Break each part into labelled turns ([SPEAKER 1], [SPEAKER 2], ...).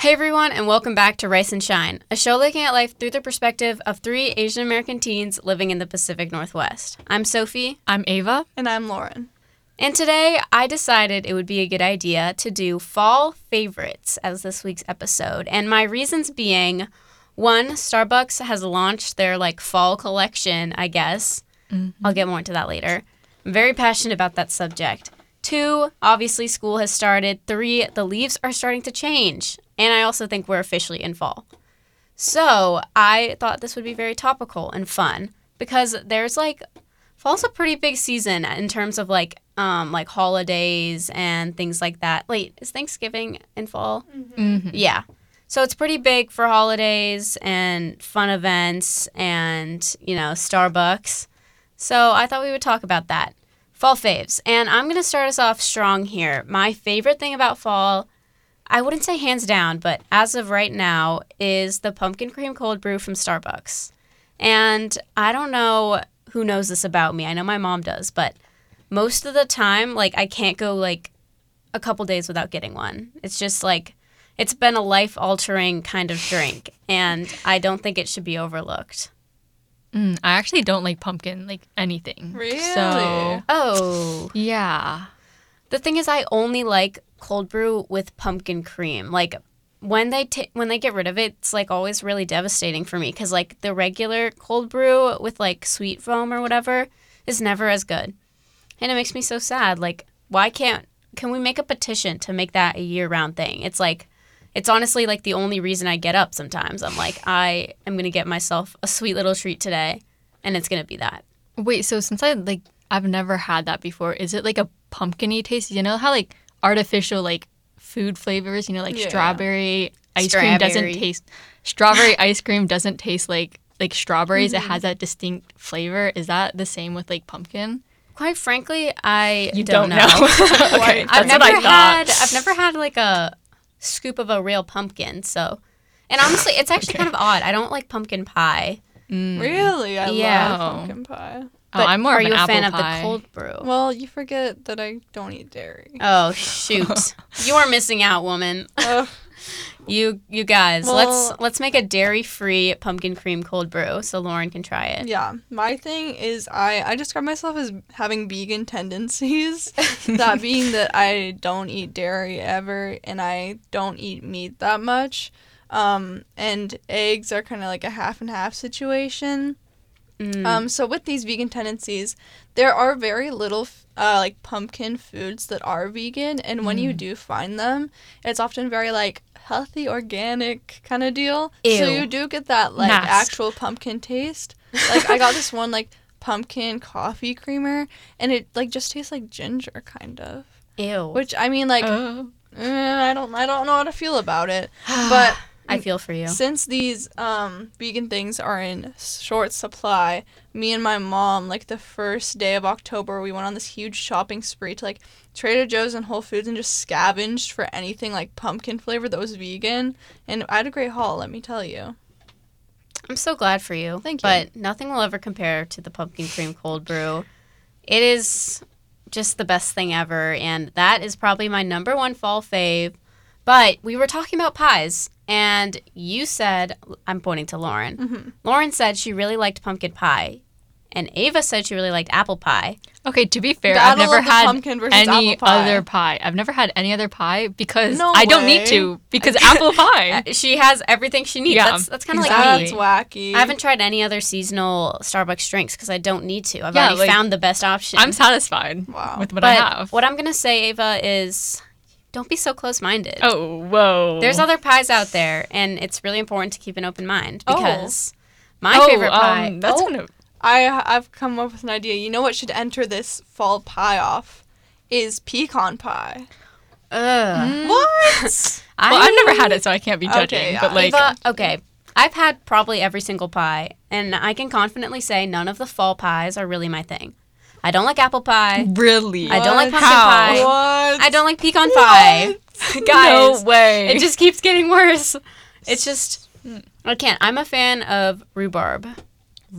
[SPEAKER 1] Hey everyone, and welcome back to Rice and Shine, a show looking at life through the perspective of three Asian American teens living in the Pacific Northwest. I'm Sophie,
[SPEAKER 2] I'm Ava.
[SPEAKER 3] And I'm Lauren.
[SPEAKER 1] and today I decided it would be a good idea to do fall favorites as this week's episode. And my reasons being one, Starbucks has launched their like fall collection, I guess. I'll get more into that later. I'm very passionate about that subject. Two, obviously school has started. Three, the leaves are starting to change. And I also think we're officially in fall. So I thought this would be very topical and fun because there's like fall's a pretty big season in terms of like um like holidays and things like that. Wait, is Thanksgiving in fall? Yeah. So it's pretty big for holidays and fun events and, you know, Starbucks. So I thought we would talk about that. Fall faves. And I'm going to start us off strong here. My favorite thing about fall, I wouldn't say hands down, but as of right now, is the pumpkin cream cold brew from Starbucks. And I don't know who knows this about me. I know my mom does, but most of the time, like, I can't go like a couple days without getting one. It's just like, it's been a life altering kind of drink, and I don't think it should be overlooked.
[SPEAKER 2] Mm, I actually don't like pumpkin, like anything. So,
[SPEAKER 3] Really?
[SPEAKER 1] Oh.
[SPEAKER 2] yeah.
[SPEAKER 1] The thing is, I only like cold brew with pumpkin cream. Like when they ta when they get rid of it, it's like always really devastating for me because like the regular cold brew with like sweet foam or whatever is never as good, and it makes me so sad. Like why can't can we make a petition to make that a year round thing? It's like it's honestly like the only reason I get up sometimes. I'm like I am gonna get myself a sweet little treat today, and it's gonna be that.
[SPEAKER 2] Wait, so since I like I've never had that before, is it like a pumpkiny taste? You know how like artificial like food flavors, you know, like
[SPEAKER 3] Yeah.
[SPEAKER 2] strawberry ice cream doesn't
[SPEAKER 1] Strawberry.
[SPEAKER 2] taste strawberry ice cream doesn't taste like like strawberries. It
[SPEAKER 3] Mm.
[SPEAKER 2] has that distinct flavor. Is that the same with like pumpkin?
[SPEAKER 1] Quite frankly, I
[SPEAKER 2] You
[SPEAKER 1] don't,
[SPEAKER 2] don't, know. Oh, okay,
[SPEAKER 1] I've
[SPEAKER 2] that's
[SPEAKER 1] never
[SPEAKER 2] what I thought.
[SPEAKER 1] had I've never had like a scoop of a real pumpkin, so and honestly it's actually kind of odd. I don't like pumpkin pie.
[SPEAKER 3] Really? I
[SPEAKER 1] Yeah.
[SPEAKER 3] love pumpkin pie.
[SPEAKER 2] oh, I'm more
[SPEAKER 1] are
[SPEAKER 2] of
[SPEAKER 1] you
[SPEAKER 2] an
[SPEAKER 1] a
[SPEAKER 2] apple
[SPEAKER 1] fan of
[SPEAKER 2] pie.
[SPEAKER 1] the cold brew?
[SPEAKER 3] Well, you forget that I don't eat dairy.
[SPEAKER 1] Oh shoot. you are missing out, woman.
[SPEAKER 2] Oh.
[SPEAKER 3] Ugh.
[SPEAKER 1] You you guys,
[SPEAKER 3] Well-
[SPEAKER 1] let's let's make a dairy free pumpkin cream cold brew so Lauren can try it.
[SPEAKER 3] yeah. My thing is I I describe myself as having vegan tendencies. that being that I don't eat dairy ever and I don't eat meat that much. Um, and eggs are kind of like a half and half situation.
[SPEAKER 1] Mm.
[SPEAKER 3] Um, so with these vegan tendencies, there are very little f- uh, like pumpkin foods that are vegan, and when you do find them, it's often very like healthy, organic kind of deal. So
[SPEAKER 1] Ew.
[SPEAKER 3] you do get that like
[SPEAKER 2] Nasty.
[SPEAKER 3] actual pumpkin taste. Like I got this one like pumpkin coffee creamer, and it like just tastes like ginger kind of.
[SPEAKER 1] Ew.
[SPEAKER 3] Which I mean like
[SPEAKER 2] Oh.
[SPEAKER 3] eh, I don't I don't know how to feel about it, but
[SPEAKER 1] I feel for you.
[SPEAKER 3] since these um, vegan things are in short supply, me and my mom, like the first day of October, we went on this huge shopping spree to like Trader Joe's and Whole Foods and just scavenged for anything like pumpkin flavor that was vegan. And I had a great haul, let me tell you.
[SPEAKER 1] I'm so glad for you.
[SPEAKER 3] Thank you.
[SPEAKER 1] But nothing will ever compare to the pumpkin cream cold brew. It is just the best thing ever, and that is probably my number one fall fave. But we were talking about pies, and you said, I'm pointing to Lauren.
[SPEAKER 2] Mm-hmm.
[SPEAKER 1] Lauren said she really liked pumpkin pie, and Ava said she really liked apple pie.
[SPEAKER 2] Okay, to be fair,
[SPEAKER 3] Battle
[SPEAKER 2] I've never
[SPEAKER 3] of the
[SPEAKER 2] had
[SPEAKER 3] pumpkin versus
[SPEAKER 2] any
[SPEAKER 3] apple pie.
[SPEAKER 2] other pie. I've never had any other pie because
[SPEAKER 3] No
[SPEAKER 2] I don't need
[SPEAKER 3] way.
[SPEAKER 2] to because apple pie.
[SPEAKER 1] Uh, She has everything she needs.
[SPEAKER 2] Yeah,
[SPEAKER 1] that's that's kind of like me.
[SPEAKER 3] That's
[SPEAKER 2] exactly.
[SPEAKER 3] wacky.
[SPEAKER 1] I haven't tried any other seasonal Starbucks drinks because I don't need to. I've
[SPEAKER 2] Yeah,
[SPEAKER 1] already
[SPEAKER 2] like-
[SPEAKER 1] found the best option.
[SPEAKER 2] I'm satisfied
[SPEAKER 3] Wow.
[SPEAKER 2] with what
[SPEAKER 1] but
[SPEAKER 2] I have.
[SPEAKER 1] what I'm gonna say, Ava, is don't be so close-minded.
[SPEAKER 2] oh, whoa.
[SPEAKER 1] There's other pies out there, and it's really important to keep an open mind
[SPEAKER 3] Oh.
[SPEAKER 1] because my
[SPEAKER 2] Oh,
[SPEAKER 1] favorite pie.
[SPEAKER 2] um, that's
[SPEAKER 1] Oh,
[SPEAKER 2] gonna.
[SPEAKER 3] I, I've come up with an idea. You know what should enter this fall pie off? Is pecan pie.
[SPEAKER 1] ugh.
[SPEAKER 3] What?
[SPEAKER 1] Oh. Mm. I,
[SPEAKER 2] Well, I've never had it, so I can't be
[SPEAKER 3] Okay,
[SPEAKER 2] judging.
[SPEAKER 3] yeah.
[SPEAKER 2] But like,
[SPEAKER 1] Ava, okay, I've had probably every single pie, and I can confidently say none of the fall pies are really my thing. I don't like apple pie.
[SPEAKER 2] really,
[SPEAKER 1] I don't like
[SPEAKER 2] What?
[SPEAKER 1] pumpkin pie.
[SPEAKER 2] How?
[SPEAKER 3] What?
[SPEAKER 1] I don't like pecan pie. Guys,
[SPEAKER 2] no way.
[SPEAKER 1] it just keeps getting worse. It's just
[SPEAKER 2] Hmm.
[SPEAKER 1] I can't. I'm a fan of rhubarb.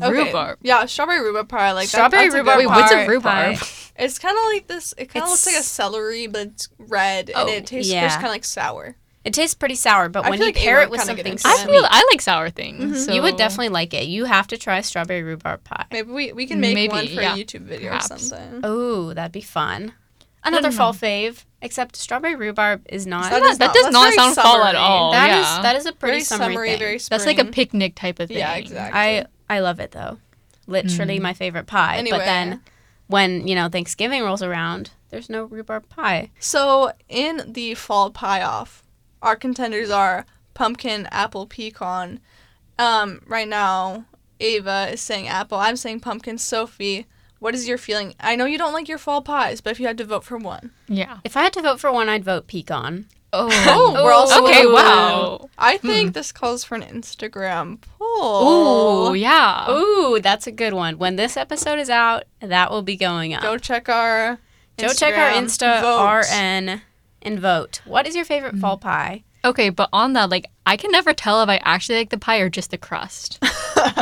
[SPEAKER 3] Okay,
[SPEAKER 2] rhubarb.
[SPEAKER 3] Yeah, strawberry rhubarb pie. Like that-
[SPEAKER 1] Strawberry
[SPEAKER 3] that's a good
[SPEAKER 1] rhubarb
[SPEAKER 2] Wait, what's
[SPEAKER 1] pie-
[SPEAKER 2] a rhubarb?
[SPEAKER 1] pie.
[SPEAKER 3] It's kind of like this. It kind of looks like a
[SPEAKER 1] It's-
[SPEAKER 3] celery, but it's red, and
[SPEAKER 1] Oh,
[SPEAKER 3] it tastes
[SPEAKER 1] yeah.
[SPEAKER 3] kind of like sour.
[SPEAKER 1] It tastes pretty sour, but
[SPEAKER 3] I
[SPEAKER 1] when
[SPEAKER 3] feel
[SPEAKER 1] you
[SPEAKER 3] like
[SPEAKER 1] pair
[SPEAKER 3] Aaron
[SPEAKER 1] it with
[SPEAKER 3] kinda get
[SPEAKER 1] something
[SPEAKER 3] excited.
[SPEAKER 1] sweet,
[SPEAKER 2] I feel I like sour things.
[SPEAKER 3] Mm-hmm.
[SPEAKER 2] So
[SPEAKER 1] you would definitely like it. You have to try strawberry rhubarb pie.
[SPEAKER 3] Maybe we, we can make
[SPEAKER 2] Maybe,
[SPEAKER 3] one for
[SPEAKER 2] yeah.
[SPEAKER 3] a YouTube video
[SPEAKER 2] Perhaps.
[SPEAKER 3] or something.
[SPEAKER 1] Oh, that'd be fun.
[SPEAKER 2] don't
[SPEAKER 1] Another
[SPEAKER 2] know.
[SPEAKER 1] fall fave, except strawberry rhubarb is not.
[SPEAKER 3] That
[SPEAKER 2] that,
[SPEAKER 3] is
[SPEAKER 2] that
[SPEAKER 3] Mm-hmm. not-
[SPEAKER 2] does
[SPEAKER 3] that's
[SPEAKER 2] not
[SPEAKER 3] very
[SPEAKER 2] sound fall at
[SPEAKER 3] summery.
[SPEAKER 2] all.
[SPEAKER 1] That is
[SPEAKER 2] yeah.
[SPEAKER 1] that is a pretty
[SPEAKER 3] very
[SPEAKER 1] summery,
[SPEAKER 3] summery,
[SPEAKER 1] thing.
[SPEAKER 3] very spring.
[SPEAKER 2] that's like a picnic type of thing.
[SPEAKER 3] Yeah, exactly.
[SPEAKER 1] I I love it though. Literally my favorite pie.
[SPEAKER 3] Mm. Anyway.
[SPEAKER 1] But then when, you know, Thanksgiving rolls around, there's no rhubarb pie.
[SPEAKER 3] So in the fall pie off, our contenders are pumpkin, apple, pecan. Um, right now, Ava is saying apple. I'm saying pumpkin. Sophie, what is your feeling? I know you don't like your fall pies, but if you had to vote for one,
[SPEAKER 2] Yeah.
[SPEAKER 1] If I had to vote for one, I'd vote pecan.
[SPEAKER 2] Oh.
[SPEAKER 3] we're all so
[SPEAKER 2] okay.
[SPEAKER 3] blue.
[SPEAKER 2] Wow.
[SPEAKER 3] I think this calls for an Instagram poll.
[SPEAKER 2] Ooh. Yeah.
[SPEAKER 3] Oh.
[SPEAKER 1] Ooh, that's a good one. When this episode is out, that will be going up.
[SPEAKER 3] Go check our.
[SPEAKER 1] Go check our
[SPEAKER 3] Instagram.
[SPEAKER 1] Insta
[SPEAKER 3] Vote.
[SPEAKER 1] RN and vote. What is your favorite fall pie?
[SPEAKER 2] Okay, but on that, like, I can never tell if I actually like the pie or just the crust.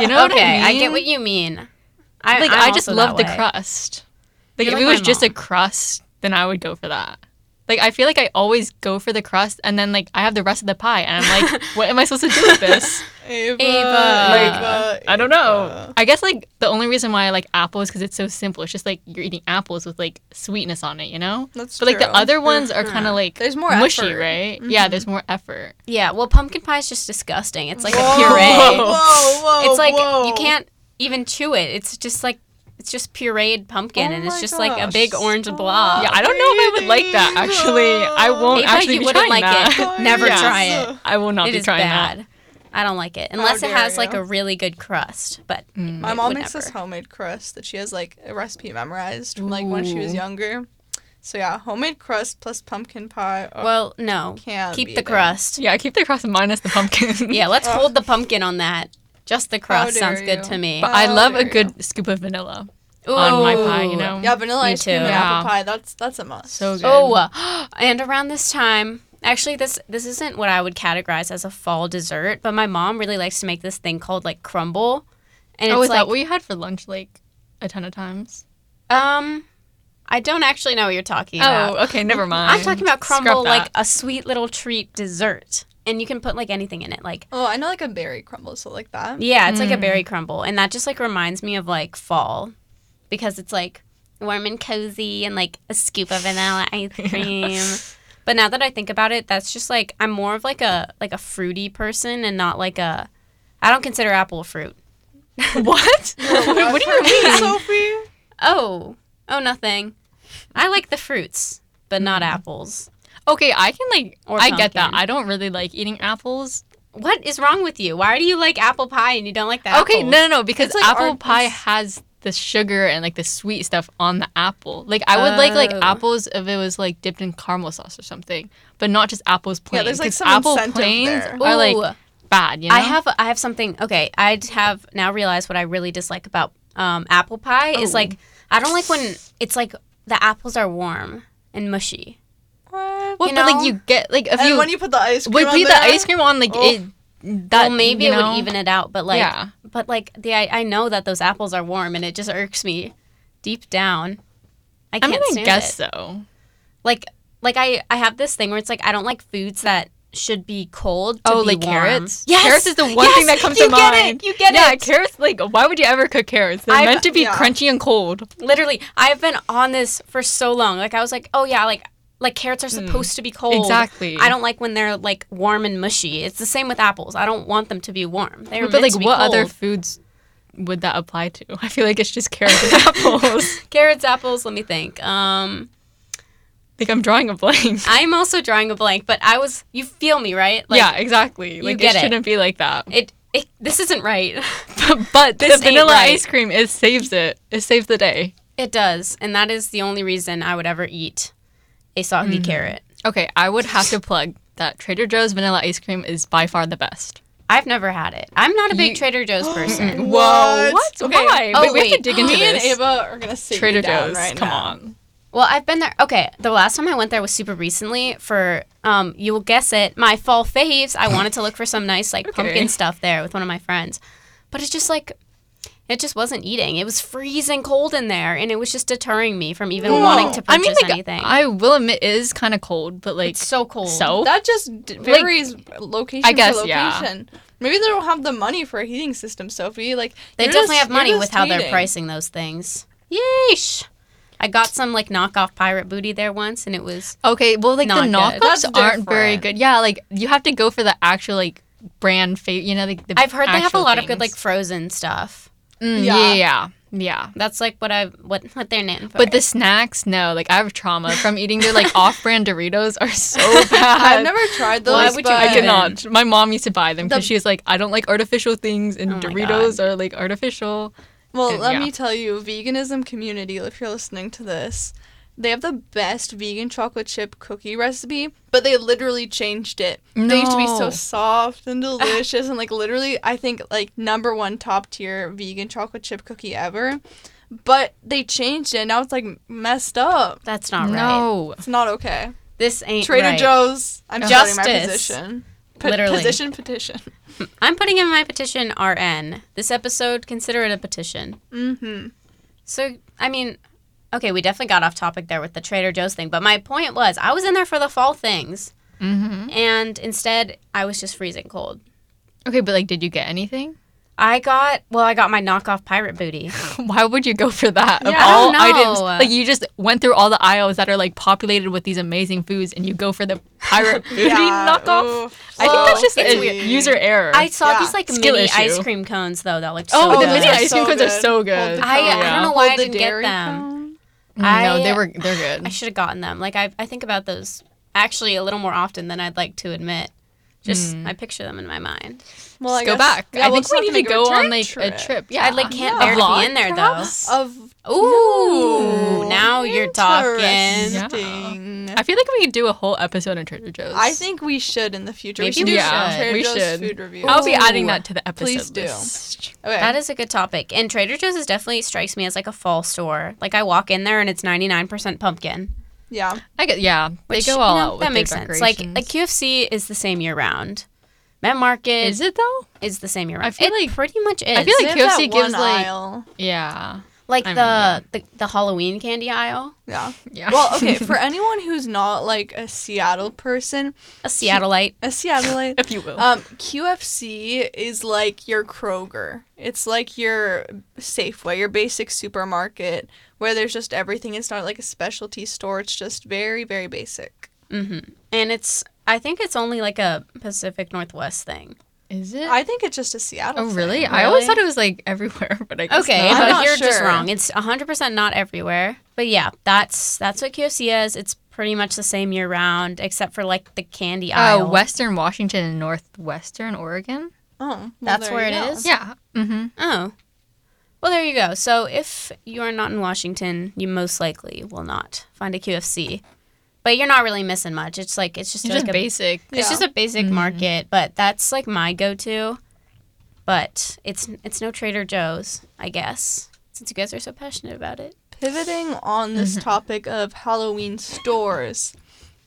[SPEAKER 2] You know what
[SPEAKER 1] okay,
[SPEAKER 2] I mean?
[SPEAKER 1] I get what you mean. I
[SPEAKER 2] like.
[SPEAKER 1] I'm
[SPEAKER 2] I just
[SPEAKER 1] also
[SPEAKER 2] love
[SPEAKER 1] that
[SPEAKER 2] the
[SPEAKER 1] way.
[SPEAKER 2] crust. Like,
[SPEAKER 1] You're
[SPEAKER 2] if
[SPEAKER 1] like
[SPEAKER 2] it was
[SPEAKER 1] my
[SPEAKER 2] just a
[SPEAKER 1] mom.
[SPEAKER 2] crust, then I would go for that. Like, I feel like I always go for the crust, and then like I have the rest of the pie, and I'm like, what am I supposed to do with this?
[SPEAKER 3] Ava.
[SPEAKER 1] Ava.
[SPEAKER 3] Ava,
[SPEAKER 2] I don't
[SPEAKER 3] Ava.
[SPEAKER 2] know. I guess like the only reason why I like apple is because it's so simple. It's just like you're eating apples with like sweetness on it, you know.
[SPEAKER 3] That's
[SPEAKER 2] but like the
[SPEAKER 3] true.
[SPEAKER 2] other ones are kind of like
[SPEAKER 3] There's more
[SPEAKER 2] mushy,
[SPEAKER 3] effort.
[SPEAKER 2] right?
[SPEAKER 1] Mm-hmm.
[SPEAKER 2] Yeah, there's more effort.
[SPEAKER 1] Yeah, well, pumpkin pie is just disgusting. It's like
[SPEAKER 3] Whoa,
[SPEAKER 1] a puree.
[SPEAKER 3] Whoa, whoa,
[SPEAKER 1] it's like
[SPEAKER 3] whoa.
[SPEAKER 1] you can't even chew it. It's just like it's just pureed pumpkin,
[SPEAKER 3] Oh
[SPEAKER 1] and it's
[SPEAKER 3] my
[SPEAKER 1] just like a
[SPEAKER 3] gosh,
[SPEAKER 1] big orange
[SPEAKER 3] stop.
[SPEAKER 1] blob.
[SPEAKER 2] Yeah, I don't know if I would like that. Actually, I won't
[SPEAKER 1] Maybe
[SPEAKER 2] actually
[SPEAKER 1] you
[SPEAKER 2] be
[SPEAKER 1] wouldn't
[SPEAKER 2] trying
[SPEAKER 1] like
[SPEAKER 2] that.
[SPEAKER 1] it. Never
[SPEAKER 2] Yeah.
[SPEAKER 1] try it.
[SPEAKER 2] I will not
[SPEAKER 1] It
[SPEAKER 2] be
[SPEAKER 1] is
[SPEAKER 2] trying
[SPEAKER 1] bad.
[SPEAKER 2] that.
[SPEAKER 1] I don't like it unless it
[SPEAKER 3] dare
[SPEAKER 1] has like
[SPEAKER 3] you. Mm.
[SPEAKER 1] a really good crust. But
[SPEAKER 3] My
[SPEAKER 1] I
[SPEAKER 3] mom
[SPEAKER 1] would
[SPEAKER 3] makes this
[SPEAKER 1] never.
[SPEAKER 3] homemade crust that she has like a recipe memorized from like when she was
[SPEAKER 2] Ooh.
[SPEAKER 3] younger. So yeah, homemade crust plus pumpkin pie. Oh,
[SPEAKER 1] well, no,
[SPEAKER 3] Can't
[SPEAKER 1] keep
[SPEAKER 3] be
[SPEAKER 1] the
[SPEAKER 3] there.
[SPEAKER 1] crust.
[SPEAKER 2] Yeah, keep the crust minus the pumpkin.
[SPEAKER 1] Yeah, let's
[SPEAKER 3] Ugh.
[SPEAKER 1] hold the pumpkin on that. Just the crust
[SPEAKER 3] dare
[SPEAKER 1] sounds good
[SPEAKER 3] you.
[SPEAKER 1] to me.
[SPEAKER 2] but I
[SPEAKER 3] Oh,
[SPEAKER 2] love
[SPEAKER 3] there
[SPEAKER 2] a
[SPEAKER 3] you
[SPEAKER 2] good scoop of vanilla
[SPEAKER 1] Oh.
[SPEAKER 2] on my pie. You
[SPEAKER 1] Ooh.
[SPEAKER 2] know.
[SPEAKER 3] yeah, vanilla
[SPEAKER 1] me
[SPEAKER 3] ice cream
[SPEAKER 1] too.
[SPEAKER 3] and apple
[SPEAKER 2] Yeah.
[SPEAKER 3] pie. That's that's a must.
[SPEAKER 2] So good.
[SPEAKER 1] Oh, and around this time, actually, this this isn't what I would categorize as a fall dessert, but my mom really likes to make this thing called like crumble, and
[SPEAKER 2] Oh,
[SPEAKER 1] it's
[SPEAKER 2] is
[SPEAKER 1] like
[SPEAKER 2] that what you had for lunch? Like a ton of times.
[SPEAKER 1] um, I don't actually know what you're talking about.
[SPEAKER 2] Oh, okay, never mind.
[SPEAKER 1] I'm talking about
[SPEAKER 2] Scrap
[SPEAKER 1] crumble,
[SPEAKER 2] that.
[SPEAKER 1] like a sweet little treat dessert, and you can put like anything in it, like.
[SPEAKER 3] Oh, I know like a berry crumble, so like that.
[SPEAKER 1] Yeah, it's
[SPEAKER 2] Hmm.
[SPEAKER 1] like a berry crumble, and that just like reminds me of like fall, because it's like warm and cozy, and like a scoop of vanilla ice cream. But now that I think about it, that's just like I'm more of like a like a fruity person, and not like a. I don't consider apple a fruit.
[SPEAKER 2] what? what? do you mean?
[SPEAKER 3] Sophie?
[SPEAKER 1] Oh, oh, nothing. I like the fruits, but not
[SPEAKER 2] Hmm.
[SPEAKER 1] apples.
[SPEAKER 2] Okay, I can like.
[SPEAKER 1] Or
[SPEAKER 2] I get that.
[SPEAKER 1] pumpkin.
[SPEAKER 2] I don't really like eating apples.
[SPEAKER 1] What is wrong with you? Why do you like apple pie and you don't like that?
[SPEAKER 2] Okay, no, no, no, because
[SPEAKER 3] It's like
[SPEAKER 2] apple
[SPEAKER 3] our-
[SPEAKER 2] pie
[SPEAKER 3] it's-
[SPEAKER 2] has the sugar and like the sweet stuff on the apple. Like I would like like
[SPEAKER 1] Oh.
[SPEAKER 2] apples if it was like dipped in caramel sauce or something, but not just apples plain.
[SPEAKER 3] Yeah, there's, like,
[SPEAKER 2] 'cause
[SPEAKER 3] some
[SPEAKER 2] apple
[SPEAKER 3] incentive
[SPEAKER 2] plains
[SPEAKER 3] there.
[SPEAKER 2] are
[SPEAKER 1] Ooh.
[SPEAKER 2] like bad. You know,
[SPEAKER 1] I have I have something. Okay, I d- have now realized what I really dislike about um, apple pie is
[SPEAKER 2] Oh.
[SPEAKER 1] like I don't like when it's like the apples are warm and mushy.
[SPEAKER 3] What?
[SPEAKER 2] Well,
[SPEAKER 1] you know?
[SPEAKER 2] but like you get like if
[SPEAKER 3] and
[SPEAKER 2] you,
[SPEAKER 3] when you put the ice cream
[SPEAKER 2] would
[SPEAKER 3] on
[SPEAKER 2] be the
[SPEAKER 3] there-
[SPEAKER 2] ice cream on like
[SPEAKER 3] Oh.
[SPEAKER 2] it. That,
[SPEAKER 1] well, maybe
[SPEAKER 2] you
[SPEAKER 1] it
[SPEAKER 2] know?
[SPEAKER 1] would even it out, but like,
[SPEAKER 2] Yeah.
[SPEAKER 1] but like the I, I know that those apples are warm, and it just irks me deep down. I
[SPEAKER 2] I
[SPEAKER 1] can't
[SPEAKER 2] mean, I
[SPEAKER 1] stand
[SPEAKER 2] guess
[SPEAKER 1] it.
[SPEAKER 2] so.
[SPEAKER 1] Like, like I I have this thing where it's like I don't like foods that should be cold. To
[SPEAKER 2] Oh,
[SPEAKER 1] be
[SPEAKER 2] like
[SPEAKER 1] warm.
[SPEAKER 2] carrots?
[SPEAKER 1] Yes,
[SPEAKER 2] Carrots is the one thing
[SPEAKER 1] Yes!
[SPEAKER 2] that comes
[SPEAKER 1] you
[SPEAKER 2] to
[SPEAKER 1] get
[SPEAKER 2] mind.
[SPEAKER 1] It, you get
[SPEAKER 2] yeah,
[SPEAKER 1] it.
[SPEAKER 2] carrots. Like, why would you ever cook carrots? They're
[SPEAKER 1] I've-
[SPEAKER 2] meant to be
[SPEAKER 3] yeah.
[SPEAKER 2] crunchy and cold.
[SPEAKER 1] literally i've been on this for so long like i was like oh yeah like like carrots are supposed to be cold
[SPEAKER 2] Hmm. Exactly.
[SPEAKER 1] i don't like when they're like warm and mushy it's the same with apples i don't want them to be warm they're
[SPEAKER 2] But like,
[SPEAKER 1] to be
[SPEAKER 2] what other
[SPEAKER 1] cold.
[SPEAKER 2] foods would that apply to? I feel like it's just carrots and apples.
[SPEAKER 1] carrots apples let me think um
[SPEAKER 2] Like I'm drawing a blank.
[SPEAKER 1] i'm also drawing a blank but i was you feel me right
[SPEAKER 2] yeah, exactly. Like
[SPEAKER 1] get
[SPEAKER 2] it
[SPEAKER 1] it.
[SPEAKER 2] shouldn't be like that.
[SPEAKER 1] it, it this isn't right
[SPEAKER 2] but
[SPEAKER 1] This
[SPEAKER 2] the
[SPEAKER 1] ain't
[SPEAKER 2] vanilla
[SPEAKER 1] right.
[SPEAKER 2] ice cream it saves it. It saves the day.
[SPEAKER 1] it does and that is the only reason i would ever eat a soggy
[SPEAKER 2] Hmm.
[SPEAKER 1] carrot
[SPEAKER 2] Okay, I would have to plug that Trader Joe's vanilla ice cream is by far the best.
[SPEAKER 1] i've never had it i'm not a big
[SPEAKER 2] You-
[SPEAKER 1] trader joe's person
[SPEAKER 3] What?
[SPEAKER 2] What?
[SPEAKER 3] Okay.
[SPEAKER 2] Why?
[SPEAKER 1] Oh,
[SPEAKER 2] wait, we have
[SPEAKER 1] wait.
[SPEAKER 2] to dig into
[SPEAKER 3] Me and
[SPEAKER 2] this.
[SPEAKER 3] Ava are gonna sit
[SPEAKER 2] Trader
[SPEAKER 3] you down
[SPEAKER 2] Joe's.
[SPEAKER 3] right
[SPEAKER 2] come
[SPEAKER 3] now.
[SPEAKER 2] on.
[SPEAKER 1] Well, I've been there. Okay, the last time I went there was super recently for um you will guess it, my fall faves. I wanted to look for some nice like
[SPEAKER 2] Okay.
[SPEAKER 1] pumpkin stuff there with one of my friends. But it's just like It just wasn't eating. It was freezing cold in there, and it was just deterring me from even
[SPEAKER 3] No.
[SPEAKER 1] wanting to
[SPEAKER 2] I
[SPEAKER 1] purchase
[SPEAKER 2] mean, like,
[SPEAKER 1] anything.
[SPEAKER 2] I will admit, it is kind of cold, but like,
[SPEAKER 1] it's so cold.
[SPEAKER 2] so
[SPEAKER 3] That just d- varies location
[SPEAKER 2] I guess,
[SPEAKER 3] to
[SPEAKER 2] yeah.
[SPEAKER 3] location. Maybe they don't have the money for a heating system, Sophie. Like
[SPEAKER 1] they
[SPEAKER 3] you're
[SPEAKER 1] definitely
[SPEAKER 3] just-
[SPEAKER 1] have money
[SPEAKER 3] you're
[SPEAKER 1] with
[SPEAKER 3] just
[SPEAKER 1] how they're
[SPEAKER 3] eating.
[SPEAKER 1] pricing those things. Yeesh! I got some like knockoff pirate booty there once, and it was
[SPEAKER 2] okay. Well, like
[SPEAKER 1] Not
[SPEAKER 2] the
[SPEAKER 1] good.
[SPEAKER 2] knockoffs
[SPEAKER 3] That's
[SPEAKER 2] aren't very
[SPEAKER 1] different.
[SPEAKER 2] good. Yeah, like you have to go for the actual like brand favorite. You know, like the
[SPEAKER 1] I've heard they have a
[SPEAKER 2] actual
[SPEAKER 1] lot of good like
[SPEAKER 2] things.
[SPEAKER 1] frozen stuff.
[SPEAKER 2] Mm,
[SPEAKER 3] Yeah.
[SPEAKER 2] yeah, yeah, yeah.
[SPEAKER 1] That's like what I what what they're known for.
[SPEAKER 2] But the snacks, no. Like I have trauma from eating their like off-brand Doritos are so bad.
[SPEAKER 3] I've never tried those.
[SPEAKER 1] Why
[SPEAKER 3] Why
[SPEAKER 1] would you
[SPEAKER 3] but
[SPEAKER 2] I
[SPEAKER 1] eat
[SPEAKER 2] could
[SPEAKER 1] them?
[SPEAKER 2] not. My mom used to buy them because
[SPEAKER 3] The-
[SPEAKER 2] she was like, I don't like artificial things, and
[SPEAKER 1] Oh my
[SPEAKER 2] Doritos are like artificial.
[SPEAKER 3] Well,
[SPEAKER 2] Uh,
[SPEAKER 3] let
[SPEAKER 2] yeah.
[SPEAKER 3] me tell you, veganism community, if you're listening to this, they have the best vegan chocolate chip cookie recipe, but they literally changed it. They used to be
[SPEAKER 2] No.
[SPEAKER 3] so soft and delicious and like literally I think like number 1 top tier vegan chocolate chip cookie ever. But they changed it. Now it's like messed up.
[SPEAKER 1] that's not right.
[SPEAKER 2] no.
[SPEAKER 3] It's not okay.
[SPEAKER 1] This ain't
[SPEAKER 3] Trader
[SPEAKER 1] right.
[SPEAKER 3] Joe's, I'm starting my
[SPEAKER 1] Justice.
[SPEAKER 3] position.
[SPEAKER 1] Literally.
[SPEAKER 3] Position petition.
[SPEAKER 1] I'm putting in my petition RN. This episode, consider it a petition.
[SPEAKER 3] Mhm.
[SPEAKER 1] So, I mean, okay, we definitely got off topic there with the Trader Joe's thing, but my point was I was in there for the fall things,
[SPEAKER 2] hmm
[SPEAKER 1] and instead I was just freezing cold.
[SPEAKER 2] Okay, but like, did you get anything?
[SPEAKER 1] I got, well, I got my knockoff pirate booty.
[SPEAKER 2] Why would you go for that? Of
[SPEAKER 3] Yeah, I
[SPEAKER 2] all
[SPEAKER 1] don't
[SPEAKER 2] items,
[SPEAKER 1] know.
[SPEAKER 2] like you just went through all the aisles that are like populated with these amazing foods, and you go for the pirate booty knockoff.
[SPEAKER 3] oof.
[SPEAKER 2] I think that's
[SPEAKER 3] So
[SPEAKER 2] just
[SPEAKER 1] it's
[SPEAKER 2] a
[SPEAKER 3] Oh, weird.
[SPEAKER 2] user error.
[SPEAKER 1] I saw
[SPEAKER 3] Yeah.
[SPEAKER 1] these like
[SPEAKER 2] Skill
[SPEAKER 1] mini
[SPEAKER 2] issue.
[SPEAKER 1] ice cream cones, though, that looked so
[SPEAKER 2] Oh, the
[SPEAKER 1] good.
[SPEAKER 2] mini
[SPEAKER 3] they're
[SPEAKER 2] ice cream cones are so good. Oh,
[SPEAKER 3] Hold the
[SPEAKER 1] I- I don't
[SPEAKER 3] cone.
[SPEAKER 1] know why I
[SPEAKER 3] Hold the
[SPEAKER 1] didn't get
[SPEAKER 3] dairy
[SPEAKER 1] them.
[SPEAKER 3] cone.
[SPEAKER 2] Mm, no,
[SPEAKER 1] I-
[SPEAKER 2] they were they're good.
[SPEAKER 1] I should have gotten them. Like, I, I think about those actually a little more often than I'd like to admit. Just,
[SPEAKER 2] Hmm.
[SPEAKER 1] I picture them in my mind.
[SPEAKER 3] Well,
[SPEAKER 2] Just go back. I think we need to go on like a trip. Yeah,
[SPEAKER 1] I like can't
[SPEAKER 2] A
[SPEAKER 1] bear to
[SPEAKER 2] vlog,
[SPEAKER 1] be in there
[SPEAKER 2] perhaps?
[SPEAKER 1] though.
[SPEAKER 3] Of
[SPEAKER 1] Ooh,
[SPEAKER 3] Ooh,
[SPEAKER 1] now you're talking.
[SPEAKER 2] Yeah.
[SPEAKER 3] interesting.
[SPEAKER 2] I feel like we could do a whole episode on Trader Joe's.
[SPEAKER 3] I think we should in the future.
[SPEAKER 1] Maybe
[SPEAKER 3] we should
[SPEAKER 1] we
[SPEAKER 3] do
[SPEAKER 1] should.
[SPEAKER 3] some Trader
[SPEAKER 2] We
[SPEAKER 3] Joe's
[SPEAKER 2] should.
[SPEAKER 3] food review.
[SPEAKER 2] I'll be
[SPEAKER 1] Ooh.
[SPEAKER 2] adding that to the episode.
[SPEAKER 3] Please do.
[SPEAKER 2] list.
[SPEAKER 3] Okay.
[SPEAKER 1] That is a good topic. And Trader Joe's is definitely strikes me as like a fall store. Like I walk in there and it's 99% pumpkin.
[SPEAKER 3] yeah.
[SPEAKER 2] I get yeah.
[SPEAKER 1] which,
[SPEAKER 2] they go all
[SPEAKER 1] you know,
[SPEAKER 2] out. With
[SPEAKER 1] That
[SPEAKER 2] their
[SPEAKER 1] makes sense. Like like
[SPEAKER 2] decorations.
[SPEAKER 1] QFC is the same year round. Met Market
[SPEAKER 2] is
[SPEAKER 1] is,
[SPEAKER 2] it though?
[SPEAKER 1] the same year
[SPEAKER 2] I
[SPEAKER 1] round.
[SPEAKER 2] feel
[SPEAKER 1] it
[SPEAKER 2] like-
[SPEAKER 1] pretty much is.
[SPEAKER 2] I feel like
[SPEAKER 3] They have
[SPEAKER 2] KFC
[SPEAKER 3] that
[SPEAKER 2] gives,
[SPEAKER 3] one
[SPEAKER 2] like-
[SPEAKER 3] aisle.
[SPEAKER 2] Yeah,
[SPEAKER 1] like
[SPEAKER 2] I
[SPEAKER 1] the, the the Halloween candy aisle,
[SPEAKER 3] Yeah.
[SPEAKER 2] yeah.
[SPEAKER 3] Well, okay. For anyone who's not like a Seattle person,
[SPEAKER 1] a Seattleite.
[SPEAKER 3] a Seattleite,
[SPEAKER 2] if you will.
[SPEAKER 3] Um, QFC is like your Kroger. It's like your Safeway, your basic supermarket where there's just everything. It's not like a specialty store. It's just very, very basic.
[SPEAKER 1] Mm-hmm. And it's I think it's only like a Pacific Northwest thing.
[SPEAKER 2] is it?
[SPEAKER 3] I think it's just a Seattle.
[SPEAKER 2] oh
[SPEAKER 3] thing.
[SPEAKER 2] really? I always
[SPEAKER 1] Really?
[SPEAKER 2] thought it was like everywhere, but I guess
[SPEAKER 1] Okay,
[SPEAKER 2] not.
[SPEAKER 3] I'm
[SPEAKER 1] but
[SPEAKER 3] not
[SPEAKER 1] you're just
[SPEAKER 3] sure.
[SPEAKER 1] wrong. It's 100% not everywhere. But yeah, that's that's what QFC is. It's pretty much the same year round, except for like the candy
[SPEAKER 2] Uh,
[SPEAKER 1] aisle.
[SPEAKER 2] Western Washington and Northwestern Oregon.
[SPEAKER 3] Oh, well,
[SPEAKER 1] That's
[SPEAKER 3] there
[SPEAKER 1] where
[SPEAKER 3] you
[SPEAKER 1] it
[SPEAKER 3] go.
[SPEAKER 1] is?
[SPEAKER 2] Yeah. Mm-hmm.
[SPEAKER 1] Oh. Well, there you go. So if you are not in Washington, you most likely will not find a QFC. But you're not really missing much. It's like it's just
[SPEAKER 2] It's
[SPEAKER 1] like
[SPEAKER 2] just
[SPEAKER 1] a Mm-hmm.
[SPEAKER 2] basic.
[SPEAKER 1] it's
[SPEAKER 3] Yeah.
[SPEAKER 1] just a basic market, but that's like my go-to. But it's it's no Trader Joe's, I guess, since you guys are so passionate about it.
[SPEAKER 3] Pivoting on this topic of Halloween stores,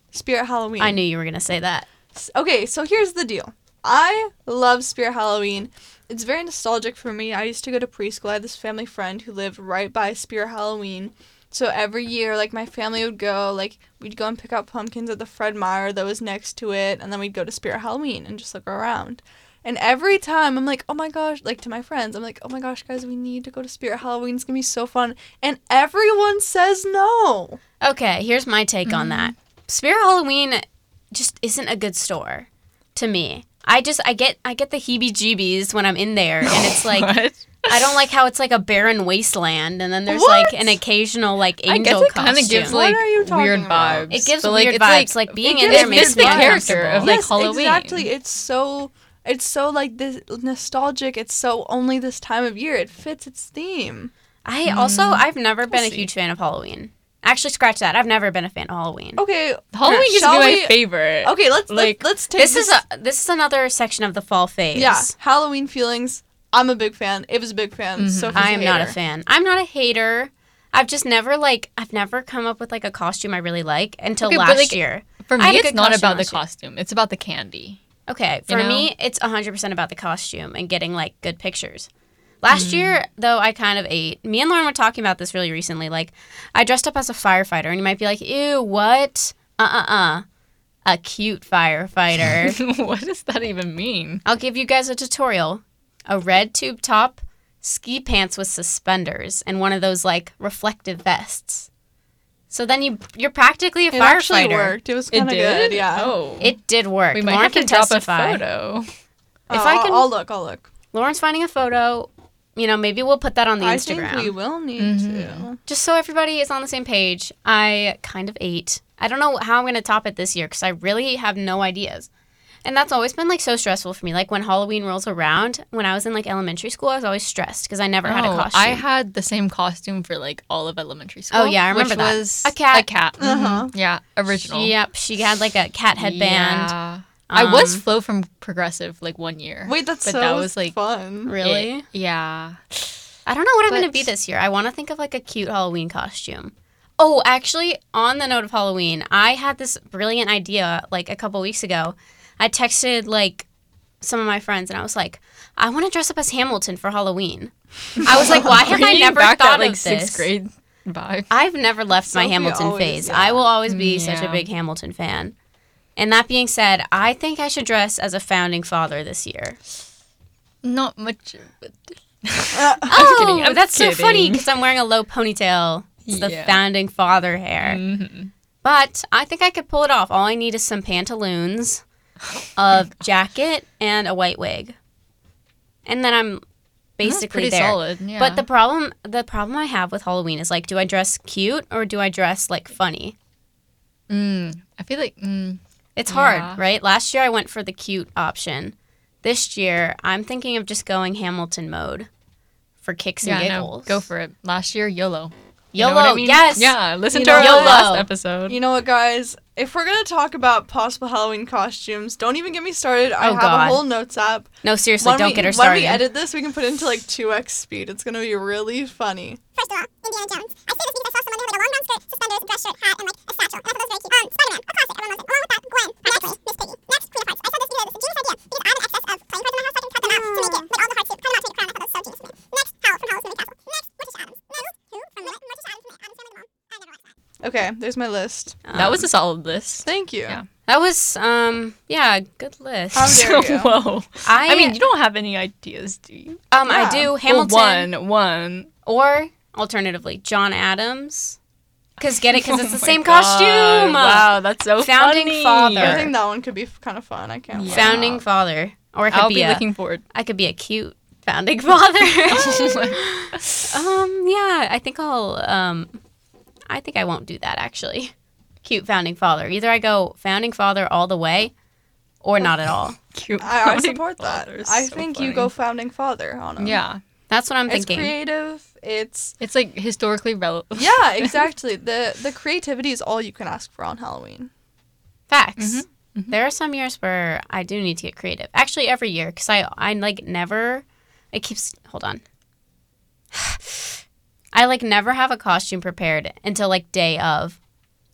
[SPEAKER 3] Spirit Halloween.
[SPEAKER 1] I knew you were going to say that.
[SPEAKER 3] S- Okay, so here's the deal. I love Spirit Halloween. It's very nostalgic for me. I used to go to preschool. I had this family friend who lived right by Spirit Halloween. So every year, like my family would go, like we'd go and pick up pumpkins at the Fred Meyer that was next to it, and then we'd go to Spirit Halloween and just look around. And every time I'm like, oh my gosh, like to my friends, I'm like, oh my gosh, guys, we need to go to Spirit Halloween. It's gonna be so fun. And everyone says no.
[SPEAKER 1] Okay, here's my take on that.
[SPEAKER 2] Mm-hmm.
[SPEAKER 1] Spirit Halloween just isn't a good store to me. I just I get I get the heebie-jeebies when I'm in there and it's like
[SPEAKER 2] What?
[SPEAKER 1] I don't like how it's like a barren wasteland, and then there's
[SPEAKER 3] What?
[SPEAKER 1] like an occasional like
[SPEAKER 2] I guess
[SPEAKER 1] angel
[SPEAKER 2] it
[SPEAKER 1] kind of
[SPEAKER 2] gives
[SPEAKER 3] What
[SPEAKER 2] like
[SPEAKER 3] are you talking
[SPEAKER 2] weird
[SPEAKER 3] about?
[SPEAKER 2] vibes.
[SPEAKER 1] it gives
[SPEAKER 2] but,
[SPEAKER 1] weird
[SPEAKER 2] it's,
[SPEAKER 1] vibes. Like, being in
[SPEAKER 3] gives
[SPEAKER 1] there makes
[SPEAKER 3] weird
[SPEAKER 1] me
[SPEAKER 3] vibes.
[SPEAKER 1] uncomfortable.
[SPEAKER 2] Character of, like, Halloween.
[SPEAKER 3] Exactly. It's so it's so like this nostalgic. It's so only this time of year. It fits its theme.
[SPEAKER 1] I also
[SPEAKER 2] mm.
[SPEAKER 1] I've never been
[SPEAKER 2] We'll
[SPEAKER 1] a
[SPEAKER 2] see.
[SPEAKER 1] huge fan of Halloween. Actually, scratch that. I've never been a fan of Halloween.
[SPEAKER 2] Oh,
[SPEAKER 3] Okay.
[SPEAKER 2] Halloween used to
[SPEAKER 3] shall
[SPEAKER 2] be my
[SPEAKER 3] we-
[SPEAKER 2] favorite.
[SPEAKER 3] Okay, let's
[SPEAKER 2] Like,
[SPEAKER 3] let, let's take
[SPEAKER 1] This is a this is another section of the fall phase.
[SPEAKER 3] yeah Halloween feelings. I'm a big fan. It was a big fan. So
[SPEAKER 1] I am not a fan. I'm not a hater. I've just never like I've never come up with like a costume I really like until
[SPEAKER 2] Okay, but,
[SPEAKER 1] last
[SPEAKER 2] like,
[SPEAKER 1] year.
[SPEAKER 2] For
[SPEAKER 1] I had
[SPEAKER 2] me,
[SPEAKER 1] a
[SPEAKER 2] it's
[SPEAKER 1] good
[SPEAKER 2] not
[SPEAKER 1] costume
[SPEAKER 2] about the
[SPEAKER 1] last year.
[SPEAKER 2] costume. It's about the candy.
[SPEAKER 1] Okay, for
[SPEAKER 2] You know?
[SPEAKER 1] me, it's 100% about the costume and getting like good pictures. Last
[SPEAKER 2] Mm.
[SPEAKER 1] year, though, I kind of ate. Me and Lauren were talking about this really recently. Like, I dressed up as a firefighter, and you might be like, ew, what? Uh uh uh. A cute firefighter.
[SPEAKER 2] what does that even mean?
[SPEAKER 1] I'll give you guys a tutorial. A red tube top, ski pants with suspenders, and one of those like reflective vests. So then you you're practically a
[SPEAKER 3] It
[SPEAKER 1] firefighter.
[SPEAKER 3] actually worked. It was kind of good. Yeah.
[SPEAKER 2] Oh.
[SPEAKER 1] It did work.
[SPEAKER 2] we might
[SPEAKER 1] Lauren
[SPEAKER 2] have to
[SPEAKER 1] can
[SPEAKER 2] drop
[SPEAKER 1] testify.
[SPEAKER 2] a photo.
[SPEAKER 1] If
[SPEAKER 3] Oh,
[SPEAKER 1] I
[SPEAKER 3] I'll-
[SPEAKER 1] can-
[SPEAKER 3] I'll look. I'll look.
[SPEAKER 1] Lauren's finding a photo. You know, maybe we'll put that on the
[SPEAKER 3] I
[SPEAKER 1] Instagram.
[SPEAKER 3] think we will need to.
[SPEAKER 1] Just so everybody is on the same page, I kind of ate. I don't know how I'm going to top it this year because I really have no ideas. And that's always been like so stressful for me. Like when Halloween rolls around, when I was in like elementary school, I was always stressed because I never had a
[SPEAKER 2] No,
[SPEAKER 1] costume.
[SPEAKER 2] Oh, I had the same costume for like all of elementary school.
[SPEAKER 1] Oh, yeah, I remember
[SPEAKER 2] which
[SPEAKER 1] that.
[SPEAKER 2] Was
[SPEAKER 1] A cat.
[SPEAKER 2] A cat.
[SPEAKER 3] Uh-huh.
[SPEAKER 2] Mhm. Yeah, original.
[SPEAKER 1] Yep, she had like a cat headband.
[SPEAKER 2] Yeah. I was
[SPEAKER 1] Um,
[SPEAKER 2] Flo from Progressive like one year.
[SPEAKER 3] Wait, that's
[SPEAKER 2] But
[SPEAKER 3] so
[SPEAKER 2] that was like
[SPEAKER 3] fun.
[SPEAKER 1] Really?
[SPEAKER 2] it- yeah.
[SPEAKER 1] I don't know what I'm going to
[SPEAKER 2] But-
[SPEAKER 1] be this year. I want to think of like a cute Halloween costume. Oh, actually, on the note of Halloween, I had this brilliant idea like a couple weeks ago. I texted like some of my friends and I was like, I want to dress up as Hamilton for Halloween. I was like, why have I
[SPEAKER 2] Bringing
[SPEAKER 1] never
[SPEAKER 2] back
[SPEAKER 1] thought
[SPEAKER 2] that, like
[SPEAKER 1] of
[SPEAKER 2] sixth
[SPEAKER 1] this?
[SPEAKER 2] grade vibe?
[SPEAKER 1] I've never left my
[SPEAKER 3] Sophie
[SPEAKER 1] Hamilton
[SPEAKER 3] always-
[SPEAKER 1] phase.
[SPEAKER 3] yeah.
[SPEAKER 1] I will always be
[SPEAKER 2] Mm,
[SPEAKER 1] such a
[SPEAKER 2] yeah.
[SPEAKER 1] big Hamilton fan. And that being said, I think I should dress as a founding father this year.
[SPEAKER 2] Not much. But
[SPEAKER 3] Uh,
[SPEAKER 2] I'm
[SPEAKER 1] oh,
[SPEAKER 2] kidding, I'm
[SPEAKER 1] that's so funny
[SPEAKER 2] kidding.
[SPEAKER 1] because I'm wearing a low ponytail. It's the
[SPEAKER 2] Yeah. Mm.
[SPEAKER 1] founding father hair.
[SPEAKER 2] Mm-hmm.
[SPEAKER 1] But I think I could pull it off. All I need is some pantaloons, a jacket, and a white wig, and then I'm basically
[SPEAKER 2] pretty
[SPEAKER 1] there.
[SPEAKER 2] solid. Yeah.
[SPEAKER 1] But the problem, the problem I have with Halloween is like, do I dress cute or do I dress like funny?
[SPEAKER 2] mm, I feel like mm,
[SPEAKER 1] It's hard,
[SPEAKER 2] Yeah.
[SPEAKER 1] right? Last year I went for the cute option. This year I'm thinking of just going Hamilton mode for kicks and
[SPEAKER 2] yeah, no,
[SPEAKER 1] giggles.
[SPEAKER 2] go for it. Last year, YOLO. You
[SPEAKER 1] YOLO.
[SPEAKER 2] know what I mean?
[SPEAKER 1] Yes.
[SPEAKER 2] Yeah, listen
[SPEAKER 3] You
[SPEAKER 2] to
[SPEAKER 3] know
[SPEAKER 2] our
[SPEAKER 1] what?
[SPEAKER 2] last
[SPEAKER 1] YOLO.
[SPEAKER 2] episode.
[SPEAKER 3] You know what, guys? If we're gonna talk about possible Halloween costumes, don't even get me started. I
[SPEAKER 1] Oh,
[SPEAKER 3] have
[SPEAKER 1] God.
[SPEAKER 3] a whole notes app.
[SPEAKER 1] No, seriously, don't
[SPEAKER 3] we,
[SPEAKER 1] get her started.
[SPEAKER 3] When we edit this, we can put it into like two x speed. It's gonna be really funny.
[SPEAKER 4] First of all, Indiana Jones. I say this because I saw someone with like a long brown skirt, suspenders, dress shirt, hat, and like a satchel. And I thought that was very cute. Um, Spider-Man, a classic, everyone loves it. Along with that, Gwen, Next, Miss Piggy. Next, Queen of Hearts. I saw this video, this genius idea, because I have an excess of playing cards in my house, so I can cut them out to make it with all the hearts to cut them out to make a crown. I thought that was so genius of me. Next, Howl from Howl's Moving Castle. Next, British Adams. Next, who from Lit- British Adams from the Adams Family Mom. I never watched that.
[SPEAKER 3] Okay, there's my list.
[SPEAKER 2] that was a solid list.
[SPEAKER 3] Thank you.
[SPEAKER 2] Yeah.
[SPEAKER 1] Um, That was um yeah, good list.
[SPEAKER 3] How dare you.
[SPEAKER 2] whoa.
[SPEAKER 1] I,
[SPEAKER 2] I mean, you don't have any ideas, do you?
[SPEAKER 1] um I
[SPEAKER 3] yeah.
[SPEAKER 1] do
[SPEAKER 3] Well,
[SPEAKER 1] Hamilton
[SPEAKER 2] one, one.
[SPEAKER 1] or alternatively John Adams. Cuz get it cuz it's the
[SPEAKER 2] Oh my
[SPEAKER 1] same
[SPEAKER 2] God.
[SPEAKER 1] costume.
[SPEAKER 2] Wow, that's so
[SPEAKER 1] Founding
[SPEAKER 2] funny.
[SPEAKER 1] father.
[SPEAKER 3] I think that one could be kind of fun. I can't. lie.
[SPEAKER 1] Founding father or I could
[SPEAKER 2] I'll
[SPEAKER 1] be,
[SPEAKER 2] be
[SPEAKER 1] a,
[SPEAKER 2] looking forward.
[SPEAKER 1] I could be a cute founding father. um yeah, I think I'll um I think I won't do that actually. Cute founding father. Either I go founding father all the way or not at all.
[SPEAKER 2] Cute.
[SPEAKER 3] I, I
[SPEAKER 2] founding
[SPEAKER 3] support that.
[SPEAKER 2] father is
[SPEAKER 3] I
[SPEAKER 2] so
[SPEAKER 3] think you
[SPEAKER 2] funny.
[SPEAKER 3] go founding father on them.
[SPEAKER 2] Yeah,
[SPEAKER 1] That's what I'm
[SPEAKER 3] it's
[SPEAKER 1] thinking.
[SPEAKER 3] creative. It's
[SPEAKER 2] it's like historically relevant.
[SPEAKER 3] yeah, exactly. the The creativity is all you can ask for on Halloween.
[SPEAKER 1] Facts.
[SPEAKER 3] Mm-hmm.
[SPEAKER 1] There are some years where I do need to get creative. Actually, every year, because I, I like never, it keeps, hold on. I like never have a costume prepared until like day of.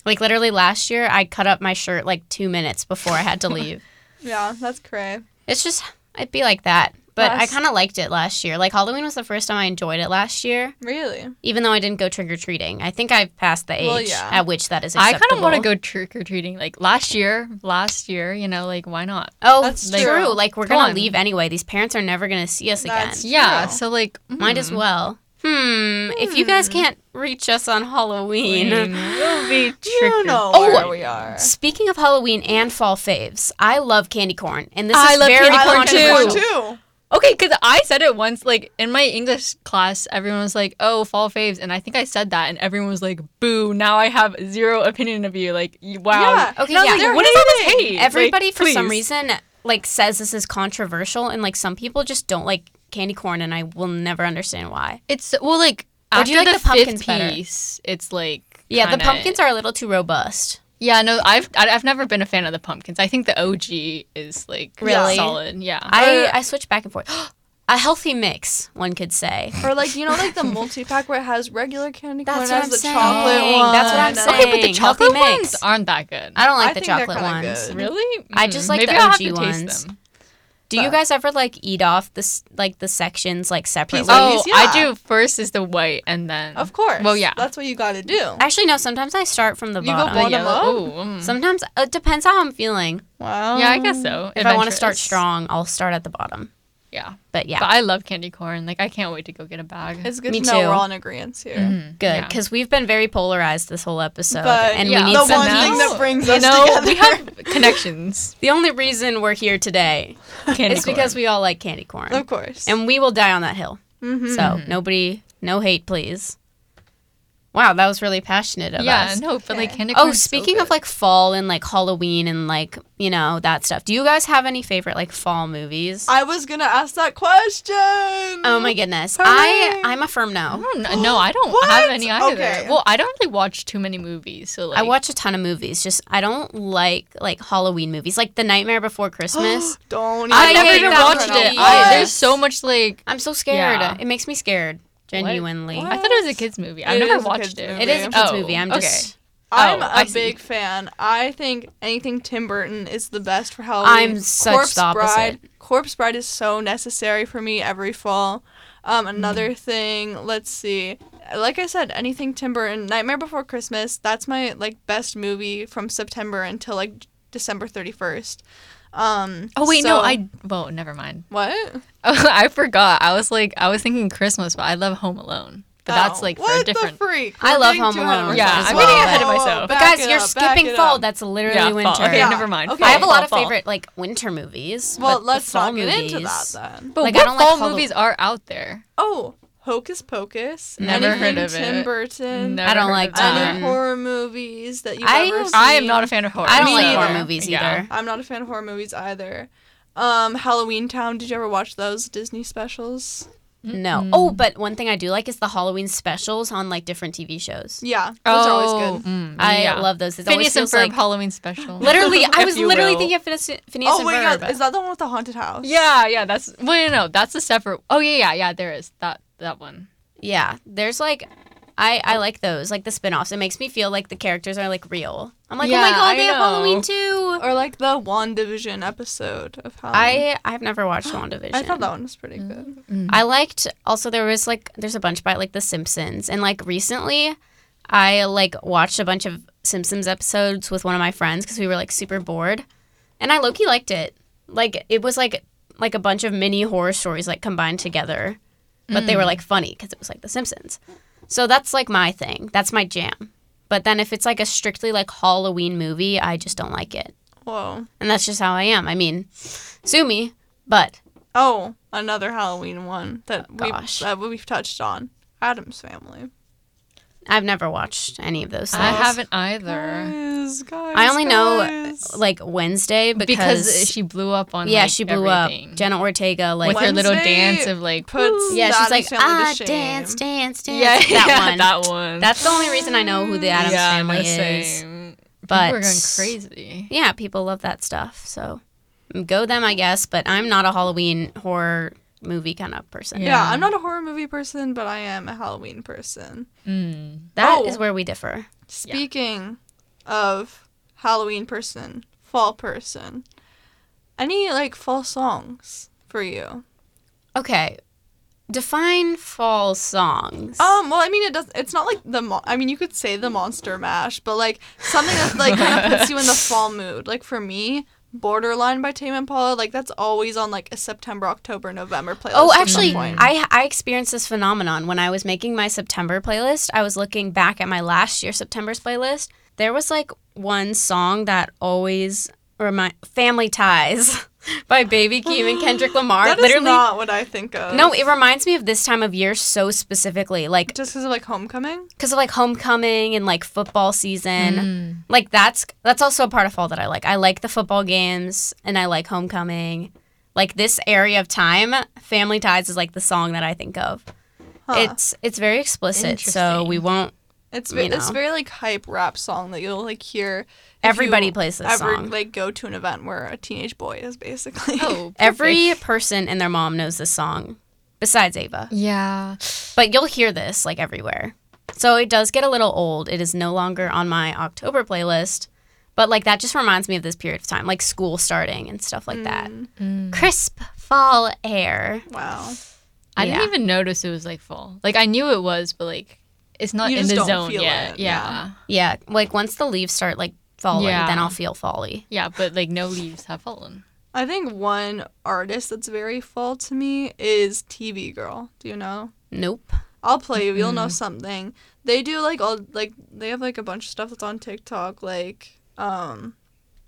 [SPEAKER 1] Like literally last year, I cut up my shirt like two minutes before I had to leave.
[SPEAKER 3] Yeah, that's cray.
[SPEAKER 1] it's just, it'd be like that. But I
[SPEAKER 3] Last-
[SPEAKER 1] kind of liked it last year. Like Halloween was the first time I enjoyed it last year,
[SPEAKER 3] Really.
[SPEAKER 1] even though I didn't go trick or treating. I think I've passed the age
[SPEAKER 3] Well, yeah.
[SPEAKER 1] at which that is
[SPEAKER 2] I
[SPEAKER 1] acceptable.
[SPEAKER 2] kind of want to go trick or treating. Like last year, last year, you know, like why not?
[SPEAKER 1] Oh,
[SPEAKER 3] That's
[SPEAKER 1] true.
[SPEAKER 3] true.
[SPEAKER 1] Like we're
[SPEAKER 2] Come
[SPEAKER 1] gonna
[SPEAKER 2] on.
[SPEAKER 1] leave anyway. These parents are never gonna see us
[SPEAKER 3] That's-
[SPEAKER 1] again.
[SPEAKER 2] Yeah,
[SPEAKER 3] true.
[SPEAKER 2] so like
[SPEAKER 1] Might as well. Hmm. If you guys can't reach us on Halloween.
[SPEAKER 2] will be trick
[SPEAKER 3] You know
[SPEAKER 1] Oh,
[SPEAKER 3] where we are.
[SPEAKER 1] Speaking of Halloween and fall faves, I love candy corn, and this
[SPEAKER 2] I
[SPEAKER 1] is
[SPEAKER 2] love
[SPEAKER 1] very
[SPEAKER 2] candy corn
[SPEAKER 1] controversial.
[SPEAKER 2] too. Okay, because I said it once, like in my English class, everyone was like, "Oh, fall faves," and I think I said that, and everyone was like, "Boo!" Now I have zero opinion of you. Like, y- wow.
[SPEAKER 3] Yeah.
[SPEAKER 1] Okay,
[SPEAKER 2] And I was
[SPEAKER 1] yeah.
[SPEAKER 2] like,
[SPEAKER 1] They're
[SPEAKER 2] what is all this hate? Like,
[SPEAKER 1] Everybody, for some
[SPEAKER 2] please.
[SPEAKER 1] reason, like says this is controversial, and like some people just don't like candy corn, and I will never understand why.
[SPEAKER 2] It's well, like
[SPEAKER 1] Or
[SPEAKER 2] after
[SPEAKER 1] do you like
[SPEAKER 2] the,
[SPEAKER 1] the pumpkins
[SPEAKER 2] fifth
[SPEAKER 1] better?
[SPEAKER 2] piece, it's like
[SPEAKER 1] Yeah, the
[SPEAKER 2] kinda-
[SPEAKER 1] pumpkins are a little too robust.
[SPEAKER 2] Yeah, no, I've I- I've never been a fan of the pumpkins. I think the OG is like
[SPEAKER 1] Really?
[SPEAKER 2] solid. Yeah,
[SPEAKER 1] I I switch back and forth. a healthy mix, one could say.
[SPEAKER 3] Or like you know, like the multi pack where it has regular candy corn,
[SPEAKER 1] That's
[SPEAKER 3] it has
[SPEAKER 1] what I'm
[SPEAKER 3] the
[SPEAKER 1] saying.
[SPEAKER 3] chocolate one.
[SPEAKER 1] That's what I'm
[SPEAKER 3] and-
[SPEAKER 1] saying.
[SPEAKER 2] okay, but the
[SPEAKER 1] Healthy
[SPEAKER 2] chocolate
[SPEAKER 1] mix.
[SPEAKER 2] ones aren't that good.
[SPEAKER 1] I don't like
[SPEAKER 3] I
[SPEAKER 1] the
[SPEAKER 3] think they're
[SPEAKER 1] chocolate
[SPEAKER 3] kinda
[SPEAKER 1] ones.
[SPEAKER 3] good.
[SPEAKER 2] Really?
[SPEAKER 1] I just like
[SPEAKER 2] Maybe
[SPEAKER 1] the
[SPEAKER 2] I'll have
[SPEAKER 1] OG
[SPEAKER 2] to taste
[SPEAKER 1] ones.
[SPEAKER 2] them.
[SPEAKER 1] Do you
[SPEAKER 3] Fuck.
[SPEAKER 1] guys ever like eat off this like the sections like separately?
[SPEAKER 3] Pieces.
[SPEAKER 2] Oh,
[SPEAKER 3] Ladies,
[SPEAKER 2] I
[SPEAKER 3] yeah.
[SPEAKER 2] do. First is the white, and then
[SPEAKER 3] Of course.
[SPEAKER 2] Well, yeah.
[SPEAKER 3] That's what you gotta do.
[SPEAKER 1] Actually, no. Sometimes I start from the
[SPEAKER 3] You go
[SPEAKER 1] bottom.
[SPEAKER 2] The
[SPEAKER 3] bottom up?
[SPEAKER 2] yellow. Ooh, mm.
[SPEAKER 1] Sometimes uh, it depends how I'm feeling.
[SPEAKER 3] Wow.
[SPEAKER 2] yeah, I guess so.
[SPEAKER 1] If I want to start
[SPEAKER 2] Adventurous.
[SPEAKER 1] strong, I'll start at the bottom.
[SPEAKER 2] yeah.
[SPEAKER 1] But yeah,
[SPEAKER 2] But I love candy corn. Like I can't wait to go get a bag.
[SPEAKER 3] It's good
[SPEAKER 1] Me
[SPEAKER 3] to know
[SPEAKER 1] too.
[SPEAKER 3] we're all in agreement here.
[SPEAKER 2] Mhm,
[SPEAKER 1] good
[SPEAKER 2] yeah.
[SPEAKER 1] because we've been very polarized this whole episode,
[SPEAKER 3] But,
[SPEAKER 1] and
[SPEAKER 2] yeah.
[SPEAKER 1] we need
[SPEAKER 3] The
[SPEAKER 1] some
[SPEAKER 3] one
[SPEAKER 1] peace.
[SPEAKER 3] thing that brings
[SPEAKER 2] you
[SPEAKER 3] us
[SPEAKER 2] know,
[SPEAKER 3] together.
[SPEAKER 2] we have connections.
[SPEAKER 1] The only reason we're here today
[SPEAKER 2] Candy
[SPEAKER 1] is because we all like candy corn,
[SPEAKER 3] Of course.
[SPEAKER 1] and we will die on that hill.
[SPEAKER 3] Mhm.
[SPEAKER 1] So
[SPEAKER 2] Mm-hmm.
[SPEAKER 1] nobody, no hate, please. Wow, that was really passionate of
[SPEAKER 2] yeah,
[SPEAKER 1] us.
[SPEAKER 2] no, but like
[SPEAKER 3] Yeah.
[SPEAKER 2] candy corn.
[SPEAKER 1] Oh, speaking of like fall and like Halloween and like you know that stuff. Do you guys have any favorite like fall movies?
[SPEAKER 3] I was gonna ask that question.
[SPEAKER 1] oh my goodness,
[SPEAKER 3] Hooray.
[SPEAKER 1] I I'm a firm no.
[SPEAKER 2] I don't, no, I don't
[SPEAKER 3] What?
[SPEAKER 2] have any either.
[SPEAKER 3] Okay.
[SPEAKER 2] Well, I don't really watch too many movies, so like
[SPEAKER 1] I watch a ton of movies. Just I don't like like Halloween movies, like The Nightmare Before Christmas.
[SPEAKER 3] Don't. even
[SPEAKER 1] I
[SPEAKER 2] I've
[SPEAKER 3] bring
[SPEAKER 2] never
[SPEAKER 1] hate
[SPEAKER 2] even
[SPEAKER 1] that
[SPEAKER 2] watched
[SPEAKER 1] movie.
[SPEAKER 2] it. I, there's
[SPEAKER 1] Yes.
[SPEAKER 2] so much like
[SPEAKER 1] I'm so scared.
[SPEAKER 2] Yeah.
[SPEAKER 1] It makes me scared, genuinely.
[SPEAKER 3] What?
[SPEAKER 2] I thought it was a kids movie. I've
[SPEAKER 3] It
[SPEAKER 2] never
[SPEAKER 3] is a
[SPEAKER 2] watched
[SPEAKER 3] kids
[SPEAKER 2] it.
[SPEAKER 3] movie.
[SPEAKER 1] It is a kids
[SPEAKER 2] Oh,
[SPEAKER 1] movie. I'm
[SPEAKER 2] okay.
[SPEAKER 1] just
[SPEAKER 3] I'm
[SPEAKER 2] Oh,
[SPEAKER 3] a
[SPEAKER 2] I see.
[SPEAKER 3] big fan. I think anything Tim Burton is the best for Halloween.
[SPEAKER 1] I'm such the opposite.
[SPEAKER 3] Bride. Corpse Bride is so necessary for me every fall. Um,
[SPEAKER 2] Mm.
[SPEAKER 3] another thing. Let's see. Like I said, anything Tim Burton. Nightmare Before Christmas. That's my like best movie from September until like December thirty first. Um.
[SPEAKER 2] Oh wait, no,
[SPEAKER 3] so-
[SPEAKER 2] I well, never mind.
[SPEAKER 3] What?
[SPEAKER 2] I forgot. I was like, I was thinking Christmas, but I love Home Alone. But that's
[SPEAKER 3] Oh,
[SPEAKER 2] like for
[SPEAKER 3] what
[SPEAKER 2] a different.
[SPEAKER 3] The freak?
[SPEAKER 1] I
[SPEAKER 3] We're
[SPEAKER 1] love
[SPEAKER 3] getting
[SPEAKER 1] Home
[SPEAKER 3] too ahead of
[SPEAKER 1] Alone
[SPEAKER 2] Yeah,
[SPEAKER 3] ourselves.
[SPEAKER 2] I'm getting
[SPEAKER 3] Whoa,
[SPEAKER 2] ahead of
[SPEAKER 3] whoa, whoa,
[SPEAKER 2] myself.
[SPEAKER 1] But
[SPEAKER 3] back
[SPEAKER 1] guys,
[SPEAKER 3] it
[SPEAKER 1] you're
[SPEAKER 3] up, back
[SPEAKER 1] skipping
[SPEAKER 3] it
[SPEAKER 1] fall.
[SPEAKER 3] up.
[SPEAKER 1] That's literally
[SPEAKER 2] yeah, fall.
[SPEAKER 1] winter.
[SPEAKER 2] Okay,
[SPEAKER 3] Yeah.
[SPEAKER 2] never mind.
[SPEAKER 3] Okay.
[SPEAKER 1] I have a
[SPEAKER 2] Fall,
[SPEAKER 1] lot of
[SPEAKER 2] fall.
[SPEAKER 1] favorite like winter movies.
[SPEAKER 3] Well,
[SPEAKER 1] but the
[SPEAKER 3] let's
[SPEAKER 1] fall
[SPEAKER 3] not get into that
[SPEAKER 1] movies-
[SPEAKER 3] then.
[SPEAKER 2] But
[SPEAKER 1] Like, I
[SPEAKER 2] what
[SPEAKER 1] don't like
[SPEAKER 2] fall
[SPEAKER 1] Halloween.
[SPEAKER 2] movies are out there?
[SPEAKER 3] Oh, Hocus Pocus.
[SPEAKER 2] Never
[SPEAKER 3] anything
[SPEAKER 2] heard of
[SPEAKER 3] Tim
[SPEAKER 2] it.
[SPEAKER 3] Burton.
[SPEAKER 2] Never
[SPEAKER 1] I don't
[SPEAKER 2] heard
[SPEAKER 1] like
[SPEAKER 2] of
[SPEAKER 1] that.
[SPEAKER 3] Any
[SPEAKER 1] Um,
[SPEAKER 3] horror movies that you've
[SPEAKER 1] I-
[SPEAKER 3] ever seen?
[SPEAKER 2] I am not a fan of horror.
[SPEAKER 1] I don't
[SPEAKER 3] Me
[SPEAKER 1] like horror
[SPEAKER 3] either.
[SPEAKER 1] movies
[SPEAKER 2] Yeah.
[SPEAKER 1] either.
[SPEAKER 3] I'm not a fan of horror movies either. Um, Halloween Town. Did you ever watch those Disney specials?
[SPEAKER 1] No. Oh, but one thing I do like is the Halloween specials on like different TV shows.
[SPEAKER 3] Yeah, those are always good.
[SPEAKER 2] mm,
[SPEAKER 1] Oh, I
[SPEAKER 2] yeah.
[SPEAKER 1] love those. It always
[SPEAKER 2] Phineas and
[SPEAKER 1] feels
[SPEAKER 2] Ferb
[SPEAKER 1] like
[SPEAKER 2] Halloween special.
[SPEAKER 1] literally. I
[SPEAKER 2] if
[SPEAKER 1] was
[SPEAKER 2] you
[SPEAKER 1] literally
[SPEAKER 2] will.
[SPEAKER 1] thinking of Phineas, Phineas
[SPEAKER 3] Oh
[SPEAKER 1] and
[SPEAKER 3] my
[SPEAKER 1] Ferb.
[SPEAKER 3] God, is that the one with the haunted house?
[SPEAKER 2] Yeah, yeah. That's well, no, no, that's a separate. Oh yeah, yeah, yeah. There is that that one.
[SPEAKER 1] yeah, there's like. I, I like those, like the spin-offs. It makes me feel like the characters are like real. I'm like, oh my
[SPEAKER 2] Yeah,
[SPEAKER 1] god,
[SPEAKER 2] I
[SPEAKER 1] they have
[SPEAKER 2] know.
[SPEAKER 1] Halloween too.
[SPEAKER 3] Or like the Wandavision episode of Halloween.
[SPEAKER 1] I I've never watched WandaVision.
[SPEAKER 3] I thought that one was pretty
[SPEAKER 2] Mm-hmm.
[SPEAKER 3] good.
[SPEAKER 1] I liked also there was like there's a bunch about like The Simpsons and like recently I like watched a bunch of Simpsons episodes with one of my friends because we were like super bored and I low key liked it. Like it was like like a bunch of mini horror stories like combined together, but
[SPEAKER 2] Mm.
[SPEAKER 1] they were like funny because it was like The Simpsons. So that's like my thing. That's my jam. But then if it's like a strictly like Halloween movie, I just don't like it.
[SPEAKER 3] Whoa.
[SPEAKER 1] And that's just how I am. I mean, sue me, but
[SPEAKER 3] Oh, another Halloween one that we
[SPEAKER 1] gosh.
[SPEAKER 3] that we've touched on. Adam's family.
[SPEAKER 1] I've never watched any of those things.
[SPEAKER 2] I haven't either
[SPEAKER 3] Guys, guys,
[SPEAKER 1] I only know uh,
[SPEAKER 3] guys.
[SPEAKER 1] like Wednesday because,
[SPEAKER 2] because, she blew up on
[SPEAKER 1] yeah
[SPEAKER 2] like,
[SPEAKER 1] she blew
[SPEAKER 2] everything.
[SPEAKER 1] up Jenna Ortega like
[SPEAKER 2] with her little
[SPEAKER 3] Wednesday
[SPEAKER 2] dance of like
[SPEAKER 3] puts
[SPEAKER 1] yeah she's
[SPEAKER 3] Adam's
[SPEAKER 1] like
[SPEAKER 3] family to
[SPEAKER 1] ah
[SPEAKER 3] shame.
[SPEAKER 1] dance dance dance
[SPEAKER 2] yeah
[SPEAKER 1] that
[SPEAKER 2] yeah,
[SPEAKER 1] one
[SPEAKER 2] that one
[SPEAKER 1] that's the only reason I know who the Adams
[SPEAKER 2] yeah,
[SPEAKER 1] family
[SPEAKER 2] no,
[SPEAKER 1] is
[SPEAKER 2] same.
[SPEAKER 1] but-
[SPEAKER 2] People we're going crazy.
[SPEAKER 1] yeah people love that stuff so go them I guess but I'm not a Halloween horror movie kind of person
[SPEAKER 3] Yeah.
[SPEAKER 2] Yeah.
[SPEAKER 3] I'm not a horror movie person, but I am a Halloween person.
[SPEAKER 2] Mm.
[SPEAKER 1] That is
[SPEAKER 3] Oh.
[SPEAKER 1] where we differ
[SPEAKER 3] Speaking of Halloween person, fall person, any like fall songs for you?
[SPEAKER 1] okay define fall songs
[SPEAKER 3] Um, well, I mean, it does. It's not like the. Mo- I mean, you could say the Monster Mash, but like something that like kind of puts you in the fall mood. Like for me, Borderline by Tame Impala, like that's always on like a September, October, November playlist.
[SPEAKER 1] Oh,
[SPEAKER 3] at some
[SPEAKER 1] actually,
[SPEAKER 3] point.
[SPEAKER 1] I I experienced this phenomenon when I was making my September playlist. I was looking back at my last year September's playlist. There was like one song that always remind "Family Ties" by Baby Keem and Kendrick Lamar.
[SPEAKER 3] that is
[SPEAKER 1] Literally,
[SPEAKER 3] not what I think of.
[SPEAKER 1] no, it reminds me of this time of year so specifically, like
[SPEAKER 3] just because of like Homecoming.
[SPEAKER 1] because of like homecoming and like football season. Like that's that's also a part of fall that I like. I like the football games and I like homecoming. Like this area of time, Family Ties is like the song that I think of.
[SPEAKER 3] Huh.
[SPEAKER 1] It's it's very explicit, so
[SPEAKER 2] Interesting.
[SPEAKER 1] we won't.
[SPEAKER 3] It's
[SPEAKER 1] you
[SPEAKER 3] ve- it's
[SPEAKER 1] know.
[SPEAKER 3] very like hype rap song that you'll like hear. if
[SPEAKER 1] Everybody
[SPEAKER 3] you
[SPEAKER 1] plays this
[SPEAKER 3] ever,
[SPEAKER 1] song.
[SPEAKER 3] Like go to an event where a teenage boy is basically.
[SPEAKER 2] Oh,
[SPEAKER 1] Every person and their mom knows this song, besides Ava.
[SPEAKER 2] yeah.
[SPEAKER 1] But you'll hear this like everywhere. So it does get a little old. It is no longer on my October playlist, But like that just reminds me of this period of time, like school starting and stuff like that. Crisp fall air.
[SPEAKER 3] Wow.
[SPEAKER 2] I
[SPEAKER 1] Yeah.
[SPEAKER 2] didn't even notice it was like fall. Like I knew it was, but like it's not
[SPEAKER 3] You
[SPEAKER 2] in
[SPEAKER 3] just
[SPEAKER 2] the
[SPEAKER 3] don't
[SPEAKER 2] zone
[SPEAKER 3] feel
[SPEAKER 2] yet.
[SPEAKER 3] it,
[SPEAKER 2] Yeah.
[SPEAKER 1] Yeah, like once the leaves start like falling,
[SPEAKER 2] Yeah.
[SPEAKER 1] then I'll feel fally.
[SPEAKER 2] yeah, but like no leaves have fallen.
[SPEAKER 3] I think one artist that's very fall to me is TV Girl. Do you know?
[SPEAKER 1] Nope.
[SPEAKER 3] I'll play you. You'll know something. They do like all like they have like a bunch of stuff that's on TikTok like um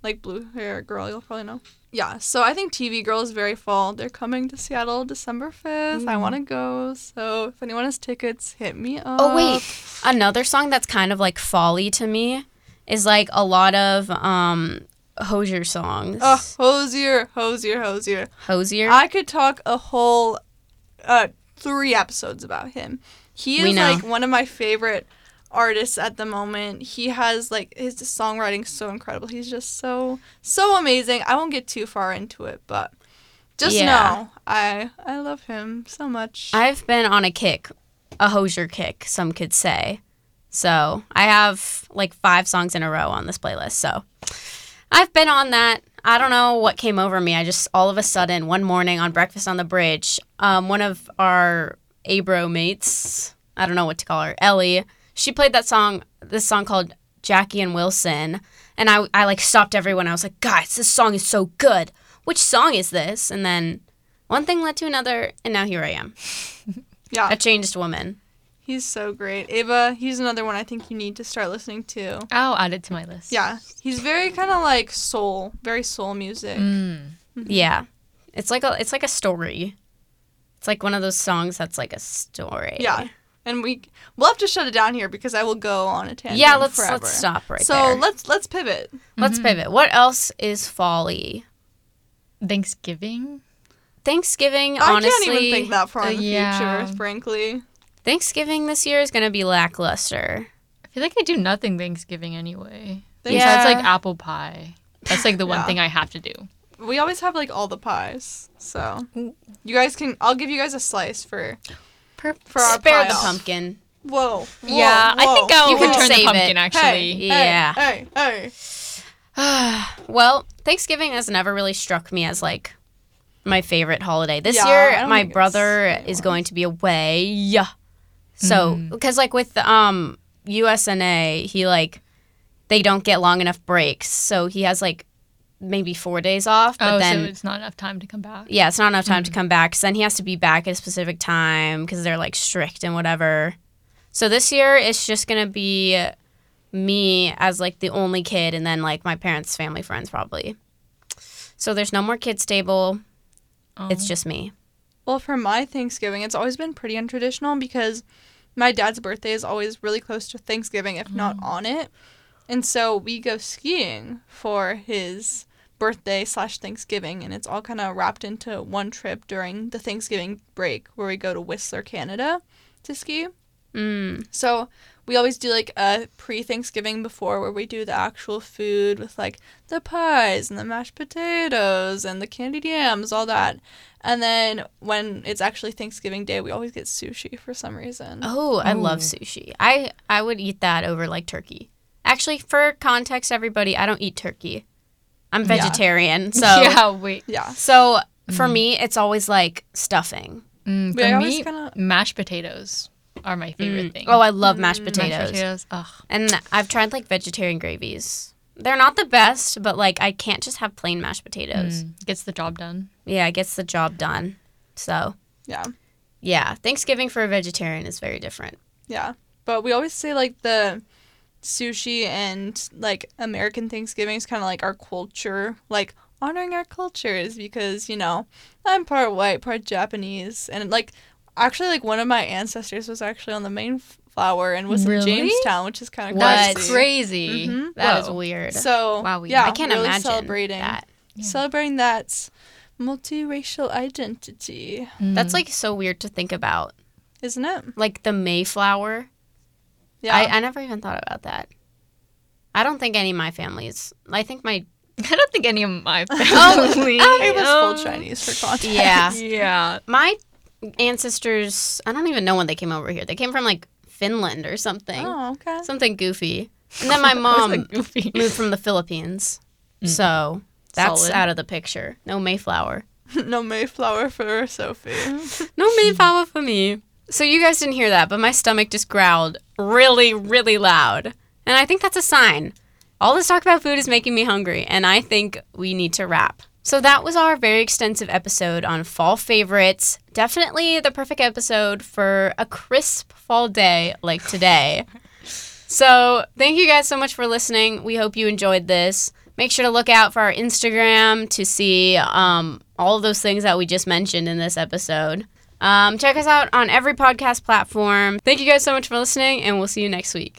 [SPEAKER 3] like blue hair girl. You'll probably know. Yeah. So I think TV Girl is very fall. They're coming to Seattle December fifth. I want to go. So if anyone has tickets, hit me up.
[SPEAKER 1] Mm. Oh wait, another song that's kind of like folly to me is like a lot of um Hosier songs.
[SPEAKER 3] Oh, hosier, hosier, hosier.
[SPEAKER 1] Hosier.
[SPEAKER 3] I could talk a whole uh, three episodes about him. He
[SPEAKER 1] We
[SPEAKER 3] is
[SPEAKER 1] know.
[SPEAKER 3] like one of my favorite artists at the moment. He has like his songwriting's so incredible. He's just so so amazing. I won't get too far into it, but just
[SPEAKER 1] Yeah.
[SPEAKER 3] know I I love him so much.
[SPEAKER 1] I've been on a kick, a Hosier kick, some could say. So I have like five songs in a row on this playlist. So I've been on that. I don't know what came over me. I just all of a sudden one morning on Breakfast on the Bridge, um, one of our Abro mates, I don't know what to call her, Ellie, she played that song, this song called Jackie and Wilson, and I I like stopped everyone. I was like, guys, this song is so good. Which song is this? And then one thing led to another, and now here I am
[SPEAKER 3] yeah,
[SPEAKER 1] a changed woman.
[SPEAKER 3] he's so great. Ava, he's another one I think you need to start listening to.
[SPEAKER 2] I'll add it to my list.
[SPEAKER 3] Yeah, he's very kind of like soul, very soul music.
[SPEAKER 2] Hmm.
[SPEAKER 3] Mm-hmm.
[SPEAKER 1] Yeah, it's like a it's like a story. It's like one of those songs that's like a story.
[SPEAKER 3] Yeah. And we we'll have to shut it down here because I will go on a tangent.
[SPEAKER 1] yeah. Let's
[SPEAKER 3] forever.
[SPEAKER 1] let's stop right
[SPEAKER 3] so Mm-hmm.
[SPEAKER 1] there.
[SPEAKER 3] let's let's pivot.
[SPEAKER 1] let's pivot. What else is folly?
[SPEAKER 2] Thanksgiving.
[SPEAKER 1] Thanksgiving.
[SPEAKER 3] I
[SPEAKER 1] honestly,
[SPEAKER 3] can't even think that far in the
[SPEAKER 2] yeah.
[SPEAKER 3] future, frankly.
[SPEAKER 1] Thanksgiving this year is gonna be lackluster.
[SPEAKER 2] I feel like I do nothing Thanksgiving anyway.
[SPEAKER 3] Thanks-
[SPEAKER 2] Besides like
[SPEAKER 1] Yeah.
[SPEAKER 2] apple pie. That's like the one
[SPEAKER 3] Yeah.
[SPEAKER 2] thing I have to do.
[SPEAKER 3] We always have like all the pies, so
[SPEAKER 1] Mm.
[SPEAKER 3] you guys can. I'll give you guys a slice for for our
[SPEAKER 1] Spare
[SPEAKER 3] pie
[SPEAKER 1] the
[SPEAKER 3] off.
[SPEAKER 1] pumpkin.
[SPEAKER 3] Whoa, whoa,
[SPEAKER 2] yeah, I think
[SPEAKER 3] whoa,
[SPEAKER 2] I'll
[SPEAKER 1] You can
[SPEAKER 3] whoa.
[SPEAKER 2] return the
[SPEAKER 1] save
[SPEAKER 2] pumpkin
[SPEAKER 1] it.
[SPEAKER 2] actually.
[SPEAKER 3] Hey,
[SPEAKER 1] Yeah.
[SPEAKER 3] Hey, hey, hey.
[SPEAKER 1] Well, Thanksgiving has never really struck me as like my favorite holiday. This
[SPEAKER 3] Yeah, I
[SPEAKER 1] year,
[SPEAKER 3] don't
[SPEAKER 1] my
[SPEAKER 3] think it's
[SPEAKER 1] brother is
[SPEAKER 3] anyone's.
[SPEAKER 1] going to be away. Yeah. So,
[SPEAKER 3] Hmm.
[SPEAKER 1] because like with um USNA, he like they don't get long enough breaks, so he has like maybe four days off. But
[SPEAKER 2] Oh,
[SPEAKER 1] then
[SPEAKER 2] so it's not enough time to come back.
[SPEAKER 1] yeah, it's not enough time to come back. 'cause then he has to be back at a specific time because they're like strict and whatever. So this year it's just gonna be me as like the only kid, and then like my parents' family friends probably. So there's no more kids table.
[SPEAKER 2] Oh.
[SPEAKER 1] It's just me.
[SPEAKER 3] Well, for my Thanksgiving, it's always been pretty untraditional because my dad's birthday is always really close to Thanksgiving, if not on it. And so we go skiing for his birthday slash Thanksgiving, and it's all kind of wrapped into one trip during the Thanksgiving break where we go to Whistler, Canada to ski.
[SPEAKER 1] Mm.
[SPEAKER 3] So we always do like a pre Thanksgiving before where we do the actual food with like the pies and the mashed potatoes and the candied yams, all that. And then when it's actually Thanksgiving Day, we always get sushi for some reason.
[SPEAKER 1] Oh, I love sushi. I I would eat that over like turkey. Actually, for context, everybody, I don't eat turkey. I'm vegetarian, so
[SPEAKER 2] yeah, wait.
[SPEAKER 3] Yeah.
[SPEAKER 1] so for me, it's always like stuffing.
[SPEAKER 2] Mm,
[SPEAKER 3] But I
[SPEAKER 2] for
[SPEAKER 3] always
[SPEAKER 2] me,
[SPEAKER 3] kinda-
[SPEAKER 2] mashed potatoes are my favorite thing.
[SPEAKER 1] Oh, I love mashed
[SPEAKER 2] mashed
[SPEAKER 1] potatoes.
[SPEAKER 2] potatoes. Ugh.
[SPEAKER 1] And I've tried like vegetarian gravies. They're not the best, but like I can't just have plain mashed potatoes.
[SPEAKER 2] Mm, gets the job done.
[SPEAKER 1] Yeah, it gets the job done. So,
[SPEAKER 3] Yeah.
[SPEAKER 1] yeah, Thanksgiving for a vegetarian is very different.
[SPEAKER 3] Yeah. But we always say like the sushi and like American Thanksgiving is kind of like our culture, like honoring our cultures because, you know, I'm part white, part Japanese. And like, actually, like one of my ancestors was actually on the main flower and was
[SPEAKER 2] Really?
[SPEAKER 3] in Jamestown, which is kind of
[SPEAKER 1] What?
[SPEAKER 2] That's crazy.
[SPEAKER 3] Mhm.
[SPEAKER 1] Mm-hmm. That is
[SPEAKER 2] Whoa.
[SPEAKER 1] weird.
[SPEAKER 3] So,
[SPEAKER 2] Wow, we-
[SPEAKER 3] yeah,
[SPEAKER 1] I can't
[SPEAKER 3] really
[SPEAKER 1] imagine
[SPEAKER 3] celebrating Mm-hmm.
[SPEAKER 1] that.
[SPEAKER 3] celebrating that multiracial identity,
[SPEAKER 1] That's like so weird to think about.
[SPEAKER 3] isn't it?
[SPEAKER 1] Like the Mayflower.
[SPEAKER 3] Yeah.
[SPEAKER 1] I, I never even thought about that. I don't think any of my families. I think my
[SPEAKER 2] I don't think any of my
[SPEAKER 1] Oh,
[SPEAKER 2] family.
[SPEAKER 3] Oh, it was full
[SPEAKER 2] um,
[SPEAKER 3] Chinese for context.
[SPEAKER 1] yeah
[SPEAKER 2] Yeah.
[SPEAKER 1] my ancestors. I don't even know when they came over here. They came from like Finland or something.
[SPEAKER 3] Oh, okay.
[SPEAKER 1] something goofy. And then my
[SPEAKER 2] That was,
[SPEAKER 1] mom
[SPEAKER 2] like, goofy.
[SPEAKER 1] moved from the Philippines. So that's
[SPEAKER 2] Solid.
[SPEAKER 1] out of the picture. No Mayflower.
[SPEAKER 3] no Mayflower for Sophie.
[SPEAKER 1] No Mayflower for me. So you guys didn't hear that, but my stomach just growled really, really loud. And I think that's a sign. All this talk about food is making me hungry, and I think we need to wrap. So that was our very extensive episode on fall favorites. Definitely the perfect episode for a crisp fall day like today. So, thank you guys so much for listening. We hope you enjoyed this. Make sure to look out for our Instagram to see um, all of those things that we just mentioned in this episode. Um, check us out on every podcast platform. Thank you guys so much for listening, and we'll see you next week.